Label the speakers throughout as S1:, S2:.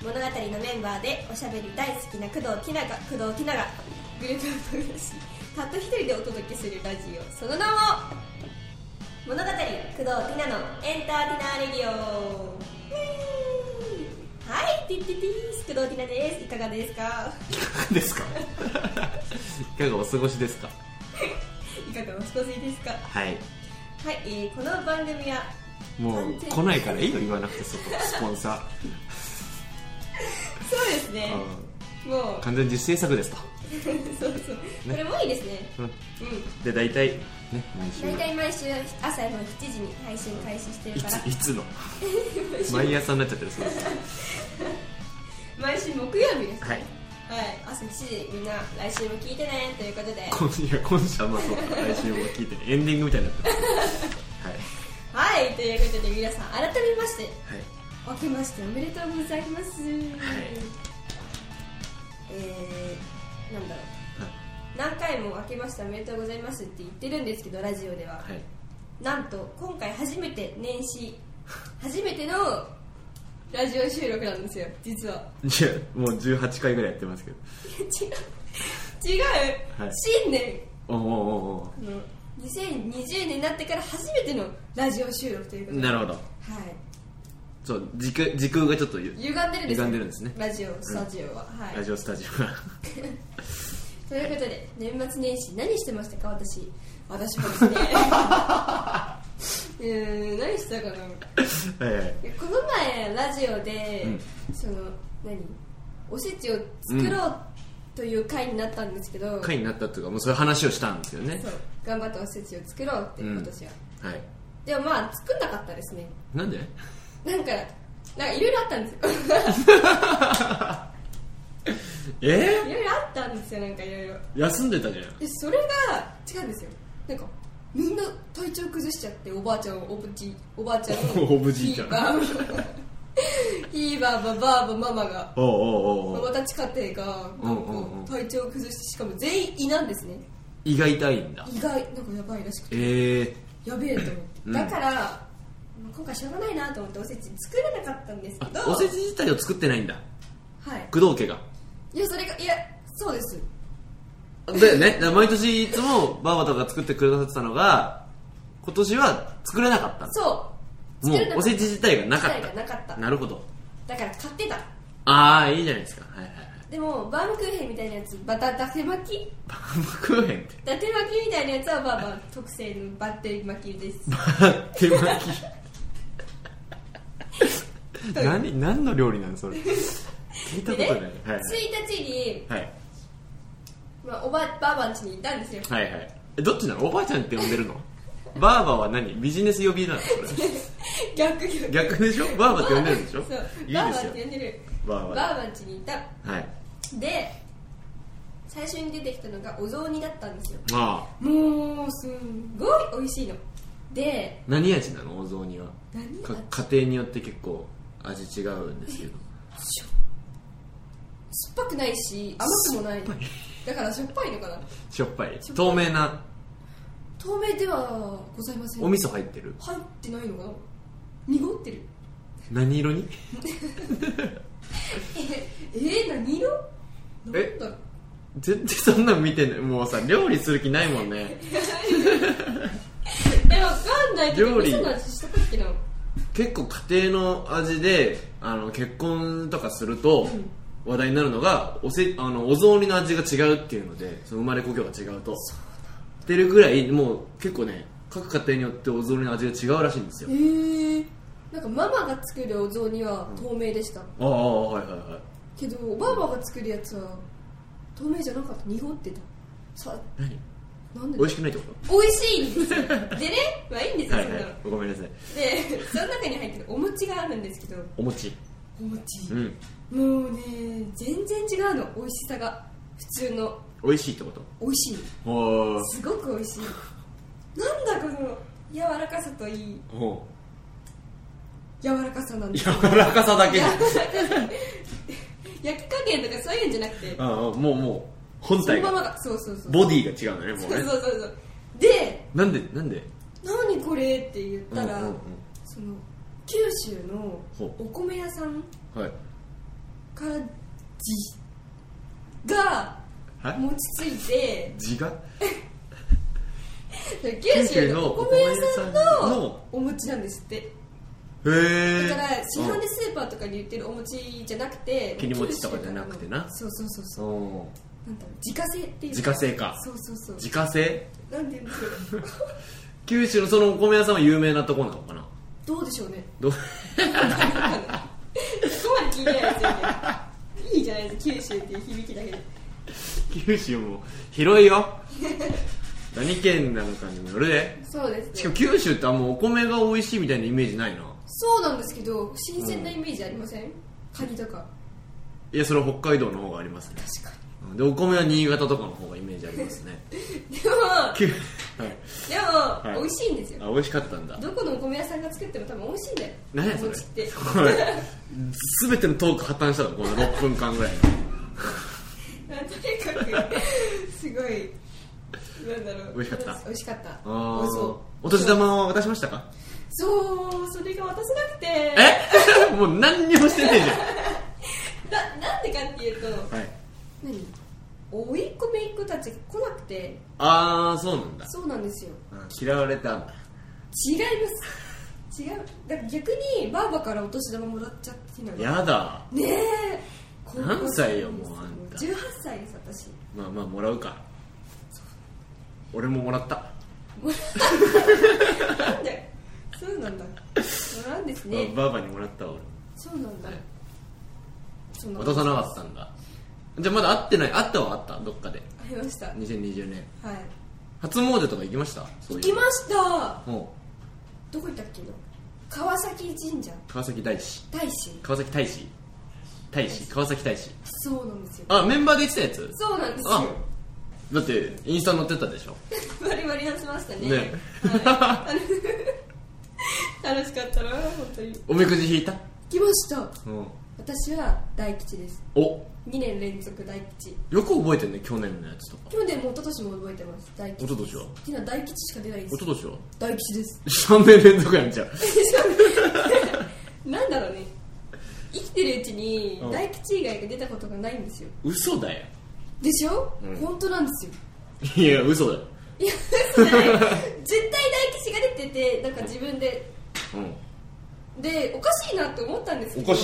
S1: 物語のメンバーでおしゃべり大好きな工藤きなが工藤きながグループを飛び出したった一人でお届けするラジオその名も物語工藤きなのエンターティナーレディオイエーイはいティッティッティー工藤きなですいかがですか
S2: ですかいかがお過ごしですか
S1: いかがお過ごしですか
S2: はい
S1: はい、えーこの番組は
S2: もう来ないからいいよ言わなくてそこスポンサ
S1: そうですね
S2: ー、
S1: もう
S2: うん完全自主制作ですと、
S1: そうそう、これもいいですね
S2: うん、
S1: うん
S2: で大体ね毎週
S1: 大体毎週朝の7時に配信開始してる
S2: い
S1: から
S2: ついつの毎朝になっちゃってるそうです
S1: 毎週木曜日です
S2: は
S1: はい、
S2: い
S1: 朝7時みんな来週も聞いてねということで
S2: 今夜今週もそうか来週も聞いてエンディングみたいになってますはい
S1: はいということで皆さん改めまして
S2: はい
S1: 明けましておめでとうございます、えー、なんだろう何回も明けましておめでとうございますって言ってるんですけどラジオでは、
S2: はい
S1: なんと今回初めて年始初めてのラジオ収録なんですよ実は
S2: じゃあもう18回ぐらいやってますけど
S1: 違う違う、
S2: はい
S1: 新年
S2: おーおーお
S1: あの2020年になってから初めてのラジオ収録というこ
S2: ー
S1: とで
S2: なるほど
S1: はい
S2: そう時空時空がちょっとゆ
S1: 歪んでるんですよ
S2: 歪んでるんですね
S1: ラジオスタジオは、はい
S2: ラジオスタジオが
S1: ということで年末年始何してましたか私私は ですねうーん何してたかな
S2: はいはい
S1: いやこの前ラジオで、その何おせちを作ろうという回になったんですけど、
S2: 回になったというかもうそういう話をしたんですよね
S1: そう頑張っておせちを作ろうって今年は、
S2: はい
S1: でもまあ作んなかったですね
S2: なんで
S1: なんかなんかいろいろあったんですよ
S2: え
S1: いろいろあったんですよなんかいろいろ
S2: ー、休んでたじゃん
S1: でそれが違うんですよなんかみんな体調崩しちゃっておばあちゃんおぶじおばあちゃん
S2: おぶじいちゃん
S1: ひーばー ひーばーばばーばママが
S2: おうおうおうお
S1: マ
S2: う
S1: マたち家庭が
S2: うんうんうん
S1: 体調を崩してしかも全員胃なんですね
S2: 胃が痛いんだ
S1: 意外なんかやばいらしくて
S2: ええ
S1: やべえと思って、
S2: うん
S1: だからまあ今回しょうがないなと思っておせち作れなかったんですけ
S2: あ
S1: ど
S2: おせち自体を作ってないんだ
S1: はい
S2: 工藤家が
S1: いやそれがいやそうです
S2: だよねだから毎年いつもバーバとかが作ってくださってたのが今年は作れなかったんだ
S1: そう
S2: も
S1: 作れな
S2: う
S1: か
S2: お
S1: った
S2: せち自体がなかっ
S1: 機会がなかったた
S2: なるほど
S1: だから買ってた
S2: ああいいじゃないですかはいはいはい
S1: でもバームクーヘンみたいなやつバタだて巻き
S2: バームクーヘンって
S1: だて巻きみたいなやつはまあまあ特製のバッテリー巻きです
S2: バーテ巻き 何何の料理なのそれ聞いたことない、はいはい
S1: 1日に、
S2: はい
S1: まあ、おばばあばん家に行ったんです よ
S2: はいはいえどっちなのおばあちゃんって呼んでるのバーバは何ビジネス呼びなのそ れ
S1: 逆逆
S2: 逆でしょバーバって呼んでるんでしょ
S1: そう
S2: いい
S1: バー
S2: で
S1: バ
S2: す
S1: ン
S2: よ
S1: って呼んでる
S2: バー
S1: バ
S2: バ
S1: ーバン家にいた
S2: はい
S1: で最初に出てきたのがお雑煮だったんですよ
S2: まあ
S1: もうすんごい美味しいので
S2: 何味なのお雑煮は
S1: 何味
S2: か家庭によって結構味違うんですけど
S1: 酸っぱくないし甘くもないだからしょっぱいのかな
S2: しょっぱい
S1: しょっぱい
S2: 透明な
S1: 透明ではございません
S2: お味噌入ってる
S1: 入ってないのかな濁ってる
S2: 何色に
S1: え ー、何色なんだ
S2: え
S1: ろう
S2: 全然そんなん見てないもうさ料理する気ないもんね
S1: えわかんないけど
S2: 料理
S1: 味噌の味したかっけな
S2: 結構家庭の味であの結婚とかすると話題になるのがおせあのお雑煮の味が違うっていうのでその生まれ故郷が違うとってるぐらいもう結構ね各家庭によってお雑煮の味が違うらしいんですよ
S1: えー、なんかママが作るお雑煮は透明でした、
S2: ああはいはいはい
S1: けどおばあばが作るやつは透明じゃなかった濁ってたさ
S2: 何
S1: なんで
S2: 美味しくないってこ
S1: 美味しいんですよ でねまあいいんですよ、そ
S2: とはいは
S1: んなの
S2: いごめんなさい
S1: でその中に入ってるお餅があるんですけど
S2: お餅
S1: お餅
S2: う、ん
S1: もうね全然違うの美味しさが普通の
S2: 美味しいってこと
S1: 美味しい
S2: ほう
S1: すごく美味しいなんだこの柔らかさといい
S2: ほ
S1: 柔らかさなん
S2: う
S1: です
S2: 柔らかさだけ
S1: 柔
S2: で
S1: らかさ焼き加減とかそういうんじゃなくて
S2: ああもうもう本
S1: その
S2: 体
S1: まま
S2: が
S1: がそうそうそう
S2: ボディが違うのねも
S1: そううそう
S2: ね
S1: そうそうで
S2: なんでなんで
S1: 何これって言ったら、
S2: うんうん
S1: その九州の
S2: ほう
S1: お米屋さん
S2: うんはい
S1: かじが
S2: はい
S1: 餅ついて
S2: 地が
S1: 九州のお米屋さん
S2: お米屋さん
S1: の
S2: の
S1: お餅なんですって
S2: へえ
S1: だから市販でスーパーとかに売ってるお餅じゃなくて
S2: 切り餅とかじゃなくてな
S1: そうそうそうそう
S2: そ
S1: なんだろう自家製っていう
S2: 自家製か
S1: そうそうそう
S2: う自家製
S1: なんて言うんでしょう
S2: 九州のそのお米屋さんは有名なとこなのかな
S1: どうでしょうね
S2: どう
S1: そこまで聞いてないですよねいいじゃないですか九州っていう響きだけで
S2: 九州も広 いよ何県なのかにもよるで
S1: そうですね
S2: しかも九州ってあんまお米が美味しいみたいなイメージないな
S1: そうなんですけど新鮮なイメージありません、カニとか
S2: いやそれは北海道の方がありますね
S1: 確か
S2: うんでお米は新潟とかの方がイメージあります ね
S1: にでも
S2: 九 はい
S1: でも、
S2: い
S1: 美味しいんですよ
S2: あ美味しかったんだ
S1: どこのお米屋さんが作っても多分美味しいんだよ
S2: 何やそ
S1: お
S2: れ
S1: 餅って
S2: これ全てのトーク破綻したのこの6分間ぐらい
S1: とにかくすごいなんだろう
S2: 美味しかった
S1: 美味しかった美
S2: のあ
S1: 味し
S2: ー
S1: そう
S2: お年玉は渡しましたか
S1: そうそれが渡せなくて
S2: え もう何にもしてねえじ
S1: ななんでかっていうと
S2: ゃんはい
S1: 何おいっ子めいっ子たちが来なくて
S2: ああそうなんだ
S1: そうなんですよ
S2: うん嫌われたんだ
S1: 違います違うだから逆にばあばからお年玉もらっちゃってなの
S2: やだ
S1: ねえ高校生
S2: 何歳よもうあんた
S1: 18歳です私
S2: まあまあもらうか俺ももらった
S1: なんでそうなんだそうなんですね
S2: ばばあばにもらったわ
S1: そうなんだ
S2: はい
S1: そう
S2: 俺
S1: なん
S2: 渡
S1: だ
S2: さなかったんだじゃあまだ会ってない会ったはあったどっかで
S1: ありましたはい
S2: 2020年初詣とか行きましたそ
S1: 行
S2: ういう
S1: きました
S2: も
S1: どこ行ったっけの川崎神社
S2: う川崎大師
S1: 大使
S2: 川崎大師大師川崎大師
S1: そうなんですよ
S2: あメンバーで行ってたやつ
S1: そうなんですよ
S2: あだってインスタ載ってたでしょ
S1: バリバリ出しましたね
S2: ね
S1: はい楽しかったな本当に
S2: おみくじ引いた
S1: 行きました
S2: うん
S1: 私は大吉です
S2: お
S1: 2年連続大吉
S2: よく覚えてんね去年のやつとか
S1: 去年も一昨年も覚えてます大吉
S2: 一昨年は
S1: 今大吉しか出ないんで
S2: 一
S1: す
S2: 昨年は
S1: 大吉です
S2: 3年連続やんじゃん
S1: なんだろうね生きてるうちに
S2: うん
S1: 大吉以外が出たことがないんですよ
S2: 嘘だよ
S1: でしょ、
S2: うん
S1: 本当なんですよ
S2: いや嘘だよ
S1: いや嘘じゃない絶対大吉が出ててなんか自分で
S2: うん
S1: でおかしいなって思ったんですけど
S2: よ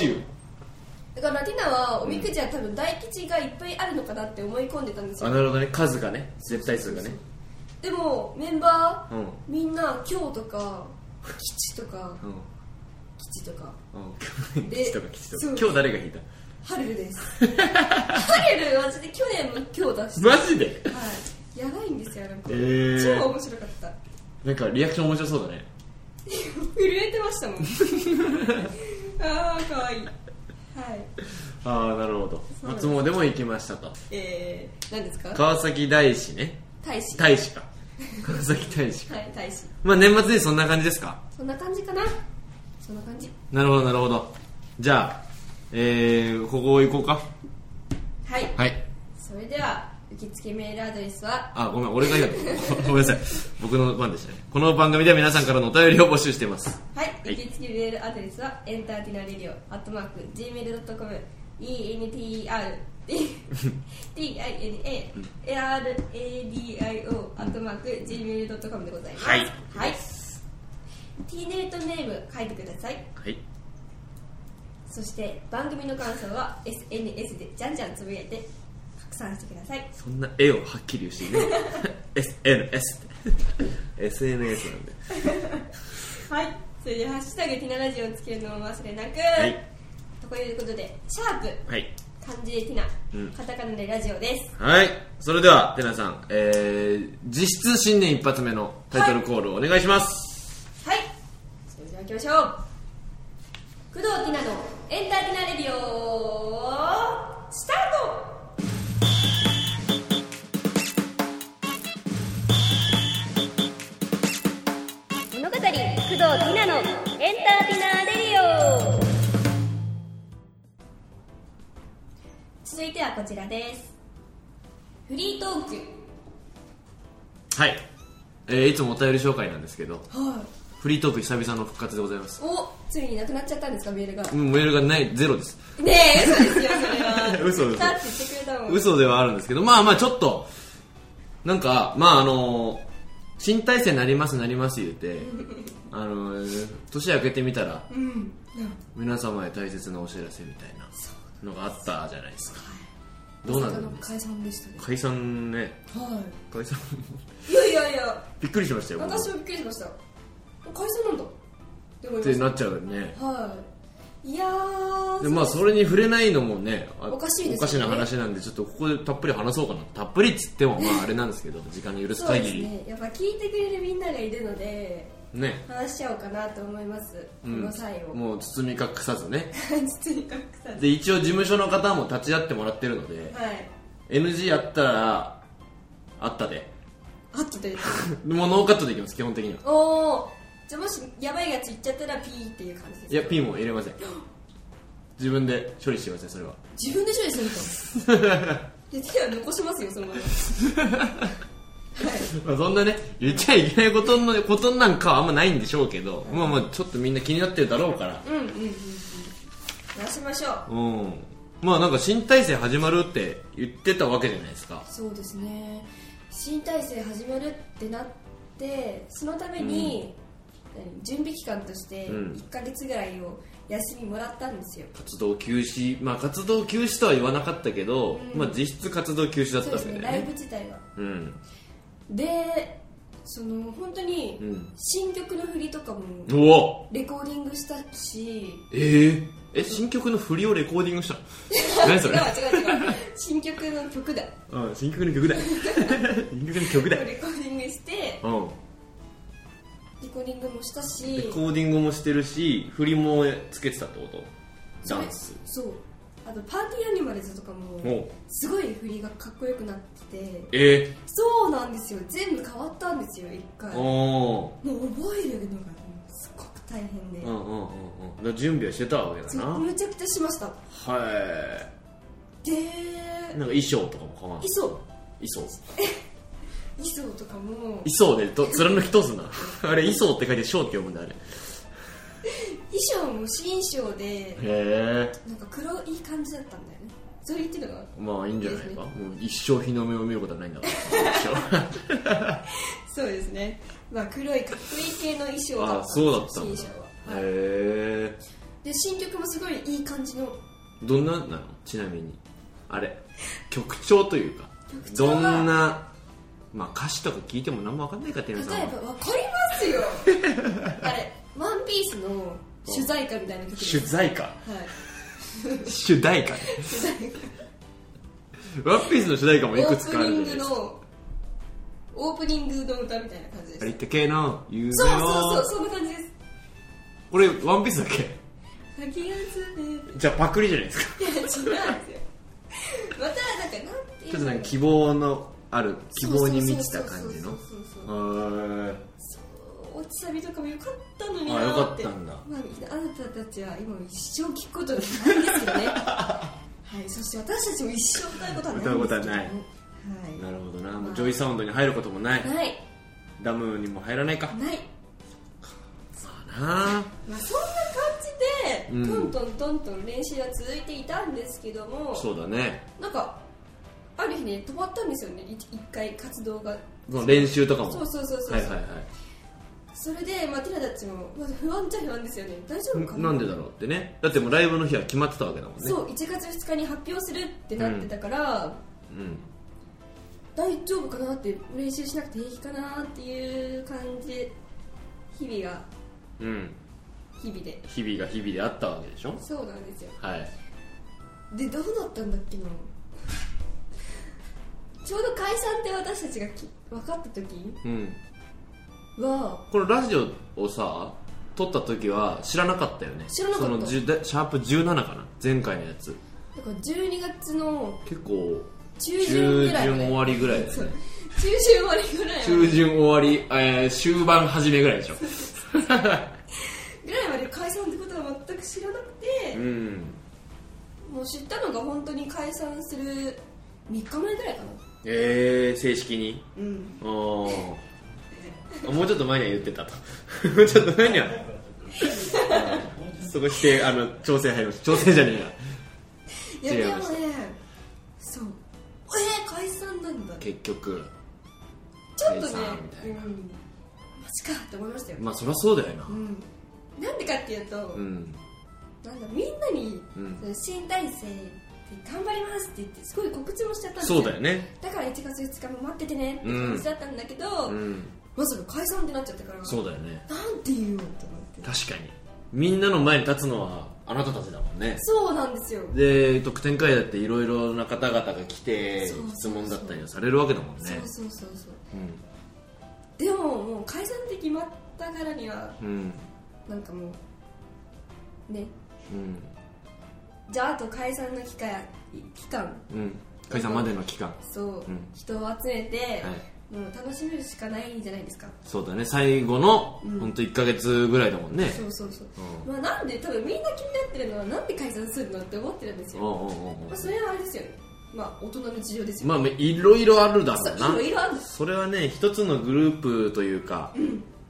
S1: だからティナはおみくじは多分大吉がいっぱいあるのかなって思い込んでたんです
S2: あ
S1: よ
S2: なるほどね数がね絶対数がね
S1: でもメンバー、
S2: うん
S1: みんな今日とか吉とか
S2: うん
S1: 吉とか
S2: うん
S1: で
S2: 吉とか吉と
S1: そう
S2: か今日誰が引いた
S1: ハレルです ハレルマジで去年も今日出して、
S2: マジで
S1: はい、やばいんですよなんか、
S2: えー
S1: 超面白かった
S2: なんかリアクション面白そうだね
S1: 震えてま したもんああかわいいはい
S2: ああなるほど
S1: そうです
S2: 初詣も行きましたと
S1: えー、何ですか
S2: 川崎大師ね
S1: 大使
S2: 大使か川崎大使か
S1: はい大使
S2: まあ年末にそんな感じですか
S1: そんな感じかなそんな感じ
S2: なるほどなるほどじゃあえー、ここ行こうか
S1: はい
S2: はい
S1: それでは受付メールアドレスは
S2: あごめん俺が言う のごめんなさい僕の番でしたねこの番組では皆さんからのお便りを募集しています
S1: はい、
S2: い
S1: 受付メールアドレスはエンターティナレディオアットマーク Gmail.com ENTRTINARADIO アットマーク Gmail.com でございます
S2: はい
S1: はい T ネットネーム書いてください
S2: はい
S1: そして番組の感想は SNS でじゃんじゃんつぶやいて拡散してください
S2: そんな絵をはっきり言うしね SNS って SNS なんで
S1: はいそれでは「ハッシュタグティナラジオ」をつけるのを忘れなく、
S2: はい
S1: ということでシャープ
S2: はい
S1: 漢字でティナ、
S2: うん
S1: カタカナでラジオです
S2: はいそれではてなさん、えー、実質新年一発目のタイトルコールをお願いします、
S1: はいそれでは行きましょう工藤ティナのエンターティナレディオスター
S3: 物語工藤ティナのエンターテイナーレディオ
S1: ト続いてはこちらですフリートーク
S2: はい、えー、いつもお便り紹介なんですけど
S1: はい
S2: フリートーク久々の復活でございます
S1: おついになくなっちゃったんですかメールが
S2: うんメールがないゼロです
S1: ねえ嘘ですよねだって
S2: 嘘嘘
S1: だって言ってくれたもん
S2: 嘘ではあるんですけどまあまあちょっとなんかまああの新体制になりますなります言うてあの年明けてみたら
S1: うん
S2: 皆様へ大切なお知らせみたいなのがあったじゃないですかどうな
S1: まさ
S2: る
S1: か
S2: ん
S1: の
S2: ですか
S1: 解散でしたね
S2: 解散ね
S1: は
S2: 解散
S1: いいやいやいや
S2: びっくりしましたよ僕
S1: 私もびっくりしました解散なんだって思い
S2: っ
S1: ま
S2: て
S1: した
S2: なっちゃうよね
S1: はいいやー
S2: でまあそれに触れないのもねあ
S1: おかしいですよね
S2: おかしな話なんでちょっとここでたっぷり話そうかなたっぷりっつってもまああれなんですけど時間に許す
S1: そうで
S2: 限
S1: す
S2: り
S1: ねやっぱ聞いてくれるみんながいるので
S2: ね
S1: 話しちゃおうかなと思います、
S2: うん
S1: この際を
S2: もう包み隠さずね
S1: 実に隠さず
S2: で一応事務所の方も立ち会ってもらってるので
S1: はい。
S2: NG あったらあったで
S1: あっとで。
S2: もうノーカットでいきます基本的には
S1: おお。じゃあもしやばいやつ言っちゃったらピーっていう感じです。
S2: いや P も入れません自分で処理してくださいそれは
S1: 自分で処理する と。いや手は残しますよそのまま。
S2: まあそんなね言っちゃいけないことのことなんかはあんまないんでしょうけどまあまあちょっとみんな気になってるだろうから
S1: うんうんうんうん。出しましょう。
S2: うんまあなんか新体制始まるって言ってたわけじゃないですか
S1: そうですね。新体制始まるってなってそのために、何準備期間として
S2: うん
S1: 1ヶ月ぐらいを休みもらったんですよ。
S2: 活動休止まあ活動休止とは言わなかったけど、
S1: うん
S2: まあ実質活動休止だっ
S1: そ
S2: た
S1: うで
S2: わけ
S1: す
S2: だ
S1: ね。
S2: よ
S1: ライ
S2: ね
S1: ブ自体は。
S2: うん
S1: で、その本当に
S2: うん
S1: 新曲の振りとかも。
S2: うわ
S1: レコーディングしたし
S2: えええ新曲の振りをレコーディングしたの 何それ、
S1: 違う違う違う新曲の曲だ
S2: うん、新曲の曲だ 新曲の曲だ
S1: レコーディングして
S2: うん
S1: レコーディングもした
S2: レ
S1: し
S2: コーディングもしてるし振りもつけてたってことダンス
S1: そうあとパーティーアニマルズとかも
S2: おう
S1: すごい振りがかっこよくなってて
S2: え
S1: そうなんですよ全部変わったんですよ一回
S2: ー、
S1: も
S2: お
S1: う覚えるのがすごく大変で
S2: ーうんうんうんうんだから準備はしてたわけだ
S1: そ
S2: な
S1: う
S2: は
S1: むちゃくちゃしましたで
S2: いなんか衣装とかも変わんな
S1: 衣
S2: い
S1: 装
S2: 衣装
S1: 衣装とかも
S2: 衣装でと貫き通すな あれ衣装って書いて「章」って読むんだあれへ
S1: 衣装も新衣装で
S2: え
S1: なんか黒い感じだったんだよねそれ言ってるの
S2: まあいいんじゃないかもう一生日の目を見ることはないん だから一
S1: そ
S2: 生
S1: うですね、まあ、黒いかっこいい系の衣装だった
S2: あそうだったんだ
S1: 新衣
S2: へ
S1: 装は、はい
S2: え
S1: で新曲もすごいいい感じの
S2: どんななのちなみにあれ曲調というか
S1: 曲調は
S2: どんな、まあ、歌詞とか聞いても何も分かんないかって
S1: 例
S2: 皆
S1: え
S2: さんは
S1: ばわかり ますよあれ「ワンピースの取材歌みたいな曲です
S2: 取材歌
S1: はい
S2: 主題歌ね
S1: 取材歌
S2: ワンピースの主題歌
S1: オ
S2: もいくつ
S1: ー
S2: かあ
S1: プニ
S2: る
S1: ン
S2: じ
S1: グ
S2: ゃないですか
S1: のオープニングの歌みたいな感じで
S2: あ
S1: す
S2: りったけの夢を
S1: そうそうそうそんな感じです
S2: これワンピースだっけ
S1: 泣きやすね
S2: じゃあパクリじゃないですか
S1: いや違うんですよまたなんかなんていうの
S2: ちょっとなんか希望のある希望に満ちた感じの
S1: そうそうそうそうそう
S2: へ
S1: 落ちサビとかもよかったのに
S2: あ
S1: な
S2: よか
S1: っ
S2: ってたんだ
S1: まあ、あなたたちは今一生聞くことはないですよね はいそして私たちも一生歌うことはないんですけども
S2: 歌うことはないー
S1: は
S2: なるほどなもうジョイサウンドに入ることもない
S1: いない
S2: ダムにも入らないか
S1: ない、
S2: なあ
S1: まあ、そんな感じで、
S2: うん
S1: トントントントン練習は続いていたんですけども
S2: そうだね
S1: なんかある日ね止まったんですよねい一回活動が
S2: その練習とかも
S1: そうそうそうそう、
S2: はいはいは
S1: それで、まあ、ティラたちも、まあ、不安っちゃ不安ですよね大丈夫か
S2: いなんでだろうってねだってもうライブの日は決まってたわけだもんね
S1: そう1月2日に発表するってなってたから、
S2: うん
S1: 大丈夫かなって練習しなくて平気かなっていう感じで日々が
S2: うん
S1: 日々で
S2: 日々が日々であったわけでしょ
S1: そうなんですよ
S2: はい
S1: でどうだったんだっけな ちょうど解散って私たちがき分かった時
S2: うん
S1: は
S2: このラジオをさ撮った時は知らなかったよね
S1: 知らなかった
S2: そのじゅだシャープ17かな前回のやつ
S1: だから12月の
S2: 結構
S1: 中旬ぐらいま
S2: 中
S1: で
S2: 旬終わりぐらいだ
S1: そう
S2: ね
S1: 中旬終わりぐらいまで
S2: 中旬終わり、えー終盤始めぐらいでしょ
S1: ぐらいまで解散ってことは全く知らなくて
S2: う、ん
S1: もう知ったのが本当に解散する3日前ぐらいかな
S2: えー、正式に
S1: うん
S2: あーあもうちょっと前には言ってたともうちょっと前には そこしてあの調整入りました調整じゃねえや
S1: や
S2: 違い
S1: で
S2: ま
S1: も
S2: した
S1: ねそうえー、解散なんだ
S2: 結局
S1: ちょっとね
S2: 解散みたいな
S1: うん、マジかって思いましたよ、
S2: まあそりゃそうだよな
S1: うん、なんでかっていうと、
S2: うん
S1: なんだみんなに、
S2: うん
S1: 新体制頑張りますって言ってすごい告知もしちゃったんです
S2: そうだよね
S1: だから1月2日も待っててねって感じだったんだけど、
S2: うん
S1: まさか解散ってなっちゃったから
S2: そうだよね
S1: なんて言うよって思って
S2: 確かにみんなの前に立つのはあなたたちだもんね
S1: そうなんですよ、
S2: で特典会だっていろいろな方々が来て
S1: そうそうそう
S2: 質問だったりをされるわけだもんね
S1: そうそうそうそう
S2: うん
S1: でももう解散って決まったからには
S2: うん
S1: なんかもうね
S2: うん
S1: じゃああと解散の期間期間
S2: うん解散までの期間
S1: そう、
S2: うん
S1: 人を集めて、
S2: は
S1: もう楽しめるしかないんじゃないですか
S2: そうだね最後の
S1: うん
S2: ほんと1ヶ月ぐらいだもんね
S1: そうそうそう、
S2: うん
S1: まあ、なんで多分みんな気になってるのはなんで解散するのって思ってるんです
S2: お
S1: よ、
S2: うおうおうお
S1: まあ、そうれはあれですよねまあ大人の事情ですよ、
S2: まあいろいろあるだ
S1: そ
S2: ろ
S1: う
S2: う
S1: い
S2: な
S1: ろいろあるんです
S2: それはね一つのグループというか、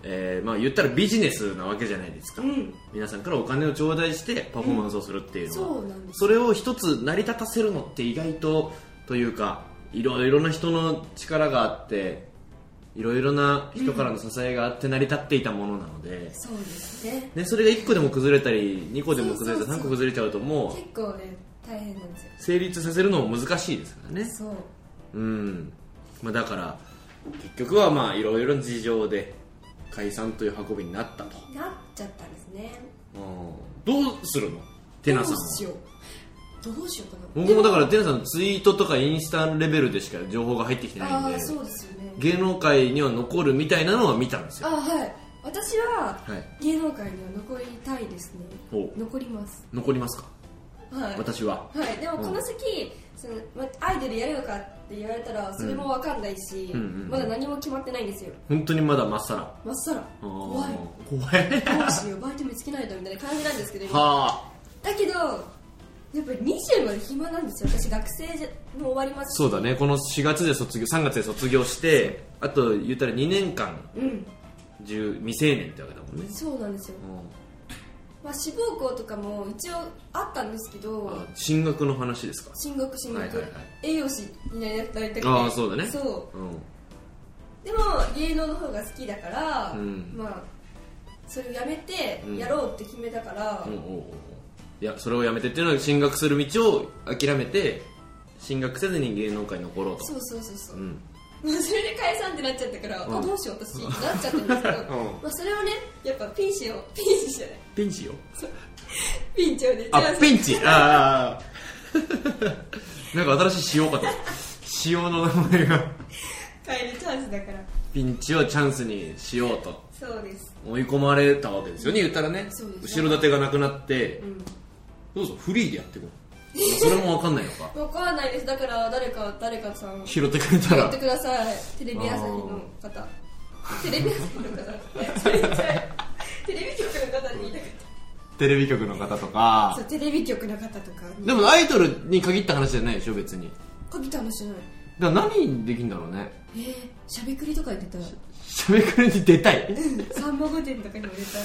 S2: えーまあ言ったらビジネスなわけじゃないですか、
S1: うん
S2: 皆さんからお金を頂戴してパフォーマンスをするっていうのは、
S1: そうなんです
S2: それを一つ成り立たせるのって意外とというかいろいろな人の力があっていろいろな人からの支えがあって成り立っていたものなので、
S1: そうですね
S2: ね、それが1個でも崩れたり2個でも崩れ
S1: そうそ
S2: た
S1: う
S2: り
S1: そう
S2: 3個崩れちゃうとも
S1: 結
S2: う
S1: 構ね大変なんですよ
S2: 成立させるのも難しいですからね
S1: そう
S2: うん、まあ、だから結局はまあいろいろな事情で解散という運びになったと、
S1: なっちゃったんですね
S2: うん、どうするのテナさん
S1: どうし
S2: は
S1: ようどうしようかな
S2: 僕もだかららテナさんのツイートとかインスタレベルでしか情報が入ってきてないん
S1: ああ
S2: で
S1: ーそうですよね
S2: 芸能界には残るみたいなのは見たんです
S1: あ
S2: よ
S1: はい私は
S2: はい
S1: 芸能界には残りたいですね
S2: ほう
S1: 残ります
S2: 残りますか
S1: はい
S2: 私は
S1: はい、でもこの先、そのまアイドルやるのかって言われたらそれも分かんないし、
S2: うんうんうん
S1: まだ何も決まってないんですよ
S2: 本当にまだまっさら
S1: まっさら
S2: あー
S1: 怖い
S2: 怖い
S1: どうしようバイト見つけないとみたいな感じなんですけど今
S2: はあ
S1: だけどやっぱり20まで暇なんですよ私学生じゃもう終わりますし
S2: そうだねこの4月で卒業3月で卒業してあと言ったら2年間
S1: うん
S2: 10未成年ってわけだもんね
S1: そうなんですよ、まあ、志望校とかも一応あったんですけど
S2: あ進学の話ですか
S1: 進学進学、
S2: はいはいはい
S1: 栄養士になりたくて
S2: ああそうだね
S1: そう
S2: う
S1: でも芸能の方が好きだから、
S2: うん
S1: まあそれをやめて
S2: うん
S1: やろうって決めたから、
S2: ん、うんおうおうおういやそれをやめてっていうのは進学する道を諦めて進学せずに芸能界に残ろうと
S1: そうそうそうそう、
S2: ん、
S1: まあ、それで解散ってなっちゃったから、
S2: うん
S1: あどうしよう私ってなっちゃったんですけど、
S2: うん
S1: まあ、それをねやっぱピンチをピンチじゃない
S2: ピンチよ
S1: ピンチをね
S2: あ
S1: 照らす
S2: ピンチああ なんか新しい塩かと塩の名前が
S1: 変えるチャンスだから
S2: ピンチをチャンスにしようと
S1: そうです
S2: 追い込まれたわけですよね言ったらね
S1: そうです
S2: 後ろ盾がなくなって
S1: うん
S2: どうぞフリーでやっていこうそれも分かんないのか
S1: 分からないですだから誰か誰かさん
S2: 拾ってくれた
S1: 言
S2: ら
S1: ってくださいテレビ朝日の方テレビ朝日の 方それじゃあテレビ局の方に言いたかった
S2: テレビ局の方とか
S1: そうテレビ局の方とかに
S2: でもアイドルに限った話じゃないでしょ別に
S1: 鍵楽しない
S2: だから何できんだろうね
S1: えー、しゃべくりとかに出たい
S2: しゃべくりに出たい
S1: さんま御殿とかにも出たい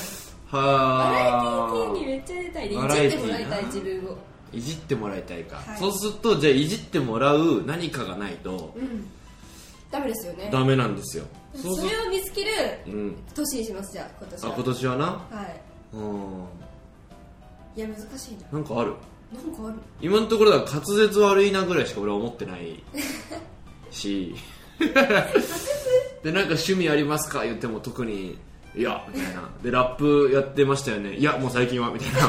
S1: バラエティ
S2: は
S1: 系に
S2: あ
S1: めっちゃ出たいでい
S2: バラエ
S1: じ
S2: テ
S1: って
S2: ィー
S1: も
S2: な
S1: らいたい自分を
S2: いじってもらいたいか、
S1: はい
S2: そうするとじゃあいじってもらう何かがないと
S1: うんダメですよね
S2: ダメなんですよ
S1: そ
S2: そうする
S1: れを見つける
S2: うん
S1: 年にしますじゃあ今年は
S2: あ今年はな
S1: はい
S2: うん
S1: いや難しいな
S2: なんかある
S1: なんかある
S2: 今のところだから滑舌悪いなぐらいしか俺は思ってないしでなんか趣味ありますか言っても特にいやみたいなでラップやってましたよねいやもう最近はみたいない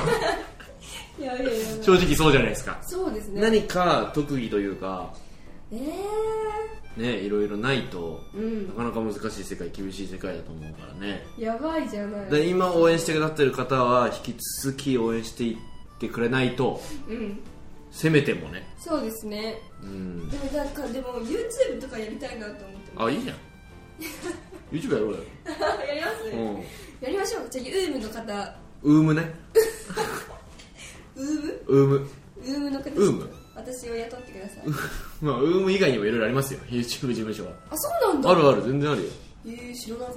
S1: やいやいや
S2: 正直そうじゃないですか、
S1: そうですね
S2: 何か特技というか
S1: え
S2: ねいろいろないと
S1: ー、うん
S2: なかなか難しい世界厳しい世界だと思うからね
S1: やばいじゃない
S2: で今応援してくださってる方は引き続き応援していってくれないと
S1: うん
S2: せめてもね
S1: そうですね
S2: うん
S1: でもなんかでも YouTube とかやりたいなと思ってま
S2: あいいじゃん YouTube やろうよ、
S1: す やります、
S2: うん、
S1: やりましょうじゃあユームの方
S2: ウームね
S1: ウーム
S2: ウーム
S1: ウームの方
S2: ウーム
S1: 私を雇ってください
S2: まあウーム以外にもいろいろありますよ YouTube 事務所は
S1: あそうなんだ
S2: あるある全然あるよ
S1: えー、知らなかっ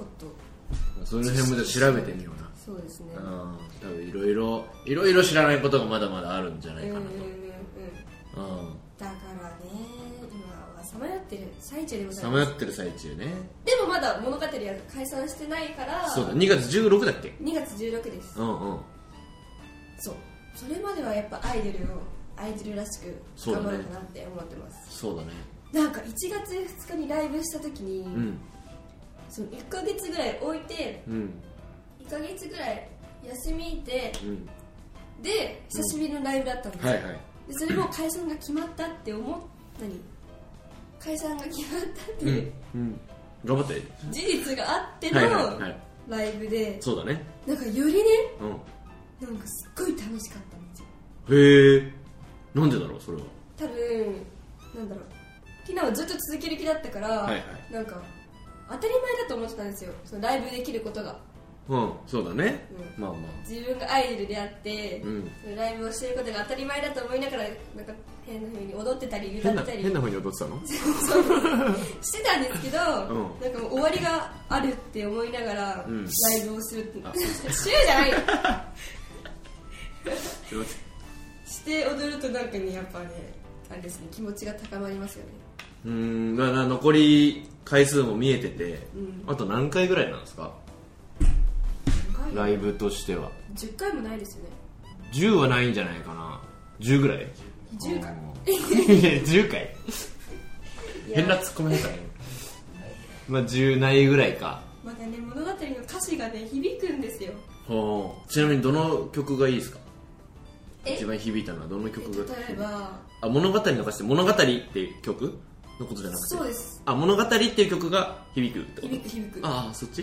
S2: その辺もじゃあ調べてみような
S1: たそうですね
S2: うん多分いろいろいろいろ知らないことがまだまだあるんじゃな
S1: うん
S2: い
S1: うん
S2: か
S1: うん
S2: な
S1: うん
S2: と、う
S1: だからね今はさまよってる最中でご
S2: ん
S1: ざい
S2: さ
S1: ます
S2: まよってる最中ね
S1: でもまだ物語は解散してないから
S2: そうだ2月16だっけ
S1: 2月16です、
S2: うんうん
S1: そうそれまではやっぱアイドルをアイドルらしく
S2: そうだ
S1: 頑張
S2: ね
S1: ろうかなって思ってます、
S2: そうだね
S1: なんか1月2日にライブした時に、
S2: うん
S1: その1ヶ月ぐらい置いて
S2: うん
S1: 1ヶ月ぐらい休みで
S2: うん
S1: で久しぶりのライブだったんですよ、
S2: はいはい
S1: でそれも解散が決まったって思っ何解散が決まったって
S2: う
S1: いうん
S2: うん頑張って
S1: 事実があっての
S2: はいはいはい
S1: ライブで
S2: そうだね
S1: なんかよりね
S2: う
S1: なんかすっごい楽しかったんですよ
S2: んへえなんでだろうそれは
S1: 多分なんだろうティナはずっと続ける気だったから、
S2: はいは
S1: なんか当たり前だと思ってたんですよそのライブできることが
S2: うんそうだね
S1: う
S2: まあまあ
S1: 自分がアイドルであって、
S2: うん
S1: そのライブをしてることが当たり前だと思いながらなんか変な風に踊ってたり歌
S2: 変
S1: っ
S2: な
S1: てたり
S2: 変な風に踊ってた の
S1: してたんですけど、
S2: ん
S1: なんかもう終わりがあるって思いながら、
S2: うん
S1: ライブをするって
S2: あ
S1: 週じゃない
S2: すいません
S1: して踊るとなんかねやっぱねあれですね気持ちが高まりますよね
S2: うーんだから残り回数も見えてて、
S1: うん
S2: あと何回ぐらいなんですかライブとしては
S1: 10回もないですよね
S2: 10はないんじゃないかな10ぐらい
S1: 10回
S2: うんいや10回
S1: いや
S2: 変なツッコミだったねまあ10ないぐらいか
S1: またね物語の歌詞がね響くんですよ
S2: ほうちなみにどの曲がいいですか
S1: え
S2: 一番響いたのはどの
S1: 例
S2: 曲が
S1: えば
S2: あ物語の歌詞って物語っていう曲のことじゃなくて
S1: そうです
S2: あ物語っていう曲が響くってこと
S1: 響く響く
S2: ああそっち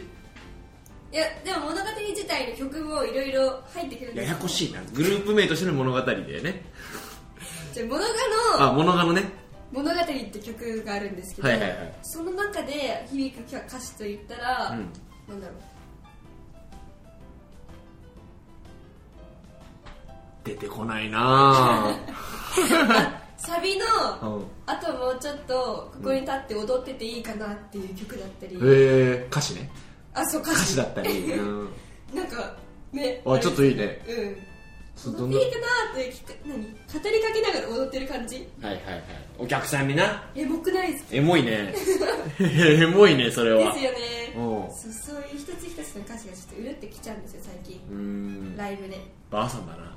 S1: いやでも物語自体の曲もいろいろ入ってくるんです
S2: ややこしいなグループ名としての物語だよね
S1: じゃあ物語の
S2: あ物語のね
S1: 物語って曲があるんですけど、
S2: はいはいはい
S1: その中で響く歌詞といったら、
S2: うん
S1: なんだろう
S2: 出てこないな ぁ
S1: サビ
S2: う
S1: の
S2: ん
S1: あともうちょっとここに立って踊ってていいかなっていう曲だったり、
S2: へえ歌詞ね
S1: あそう歌詞
S2: 歌詞 だったりうん
S1: なんかね
S2: あちょっといいね
S1: う
S2: そ
S1: ん
S2: どん
S1: 踊
S2: な
S1: っていいかなって聞く何語りかけながら踊ってる感じ
S2: はいはいはいお客さんにな
S1: エモくないです
S2: エモいね エモいねそれ
S1: で
S2: は
S1: すよね
S2: おう
S1: そうそういう一つ一つの歌詞がちょっとうるってきちゃうんですよ最近
S2: うーん
S1: ライブで
S2: ばあさんだな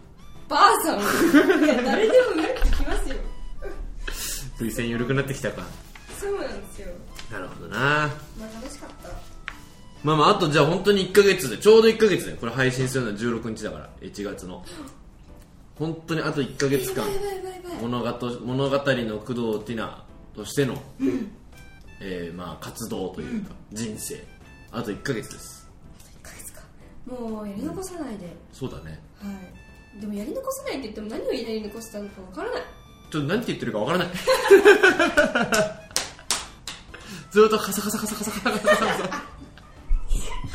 S1: ばあさんいや誰でもうるってきますよ
S2: 涙腺緩くなってきたか
S1: そうなんですよ
S2: なるほどな
S1: まあ楽しかった
S2: まあまああとじゃあ本当に1ヶ月でちょうど1ヶ月でこれ配信するのは16日だから1月の本当にあと1ヶ月間
S1: やばいやばいやばい
S2: 物語物語の工藤ティナとしての、えーまあ活動というか人生あと1ヶ月です
S1: 1ヶ月かもうやり残さないで、
S2: そうだね
S1: はいでもやり残さないって言っても何をやり残したのかわからない
S2: ちょっと何て言ってるかわからない ずっとカサカサカサカサカサカサカサ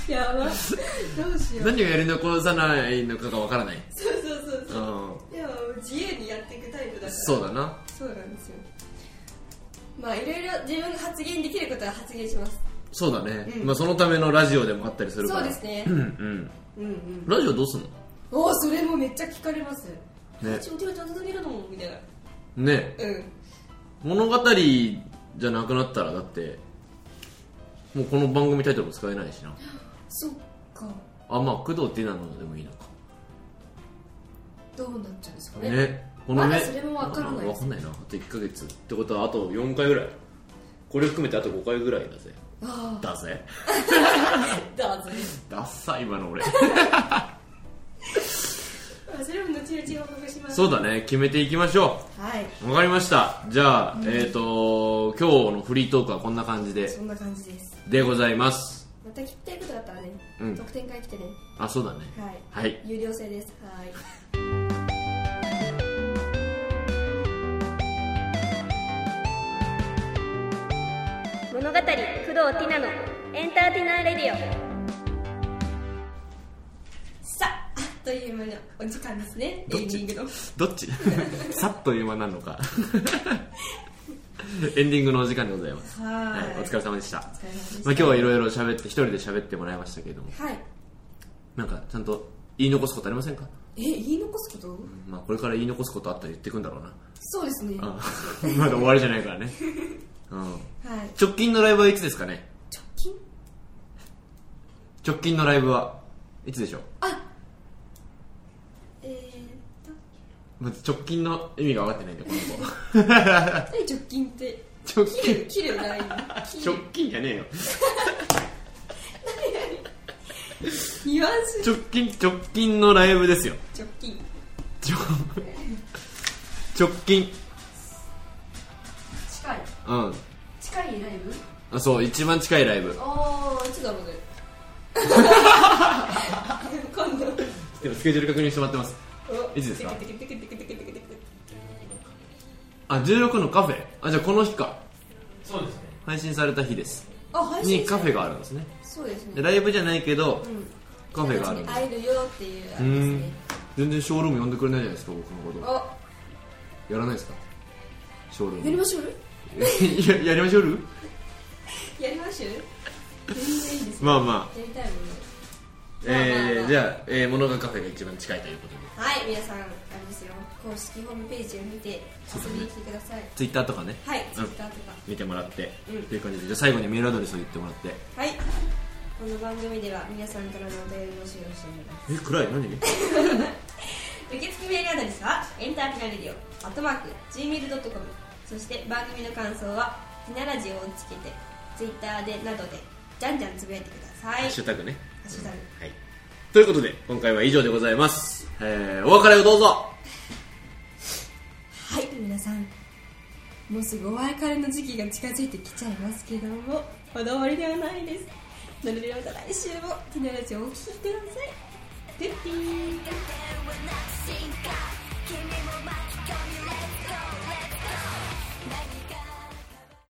S1: やばいどうしよう
S2: 何をやり残さないのかがわからない
S1: そうそうそう
S2: う
S1: そうんでも自由にやっていくタイプだから
S2: そうだな
S1: そうなんですよまあいろいろ自分が発言できることは発言します
S2: そうだね、
S1: うん
S2: まあそのためのラジオでもあったりするか
S1: そ
S2: ら
S1: うですね
S2: うんうん
S1: うんうん
S2: ラジオどうすんの
S1: おおそれもめっちゃ聞かれます
S2: ね
S1: ちょちょちょちょ見るのもみたいな
S2: ね
S1: うん
S2: 物語じゃなくなったらだってもうこの番組タイトルも使えないしな
S1: そっか
S2: あまあ工藤ティナのでもいいのか
S1: どうなっちゃうんですかね
S2: ねこのね
S1: まだそれもわからないです
S2: わかんないなあと1ヶ月ってことはあと4回ぐらいこれ含めてあと5回ぐらいだぜ
S1: あ
S2: だぜ
S1: あだぜ
S2: ダッサ今の俺
S1: それも後々報告します
S2: そうだね決めていきましょ
S1: はいう
S2: わかりましたじゃあ、えっ、ー、と今日のフリートークはこんな感じで
S1: そんな感じです
S2: でございます
S1: また聞きたいことがあったらね、
S2: うん
S1: 特典会来てね
S2: あそうだね
S1: はい
S2: はい
S1: 有料制ですはい
S3: 物語工藤ティナのエンターテイナーレディオ
S1: さああっという間のお時間ですねエ
S2: どっ
S1: ンデ
S2: ち
S1: ィングの
S2: どっち さっという間なのか エンディングのお時間でございます
S1: はーい
S2: お疲れ様でしたまあ、
S1: 疲れ様でした
S2: 今日はいろいろ喋って一人で喋ってもらいましたけれども
S1: はい
S2: なんかちゃんと言い残すことありませんか
S1: え言い残すこと
S2: まあ、これから言い残すことあったら言ってくんだろうな
S1: そうですねは
S2: あ まだ終わりじゃないからね、うん、
S1: い
S2: 直近のライブはいつですかね
S1: 直近
S2: 直近のライブはいつでしょう
S1: あえーっと
S2: まず直近の意味が分かってないんだよこの
S1: 何直近って
S2: 子直
S1: 切る
S2: 近
S1: 切るライン切
S2: 直
S1: る
S2: 近じゃねえよ
S1: ニュアンス
S2: 直近直近のライブですよ
S1: 直近
S2: 直 直近
S1: 近い
S2: うん
S1: 近いライブ
S2: あそう一番近いライブ
S1: ああいつだろうね今度
S2: でもスケジュール確認してもらってます
S1: お
S2: いつですか
S1: テクテクテクテクテクテクテクテク
S2: あ16のカフェあじゃあこの日か
S4: そうですね
S2: 配信された日です
S1: あ配信
S2: にカフェがあるんですね
S1: そうですね
S2: でライブじゃないけど、
S1: ん
S2: カフェがあるんです
S1: 会えるよっていうあれ
S2: う
S1: です
S2: ん
S1: ね
S2: 全然ショールーム呼んでくれないじゃないですか僕のこと
S1: あ
S2: やらないですかショールーム
S1: やりましょう
S2: ややりましょうる
S1: やりましょう全然いいですよ
S2: まあまあ
S1: やりたいもんね
S2: え
S1: まあまあま
S2: ー
S1: あ
S2: じゃあ、えー、モノガカフェが一番近いということで
S1: はい皆さんあれですよ公式ホームページを見て遊びに来てください
S2: ツイッターとかね
S1: はい
S2: うん
S1: Twitter とか
S2: 見てもらって、
S1: うん
S2: っていう感じでじゃあ最後にメールアドレスを言ってもらって
S1: はいこの番組では皆さんからのお便りを募集しています
S2: え暗い何
S1: 受付メールアドレスはエンターピナレディオアットマーク Gmail.com そして番組の感想はピナラジオをつけてツイッターでなどでじゃんじゃんつぶやいてください
S2: ハッシュタグね
S1: ハッシュタグ
S2: はいということで今回は以上でございます、えー、お別れをどうぞ
S1: はい皆さんもうすぐお別れの時期が近づいてきちゃいますけどもまだ終わりではないですなのでまた来週もピナラジオをお聴きくださいグッピー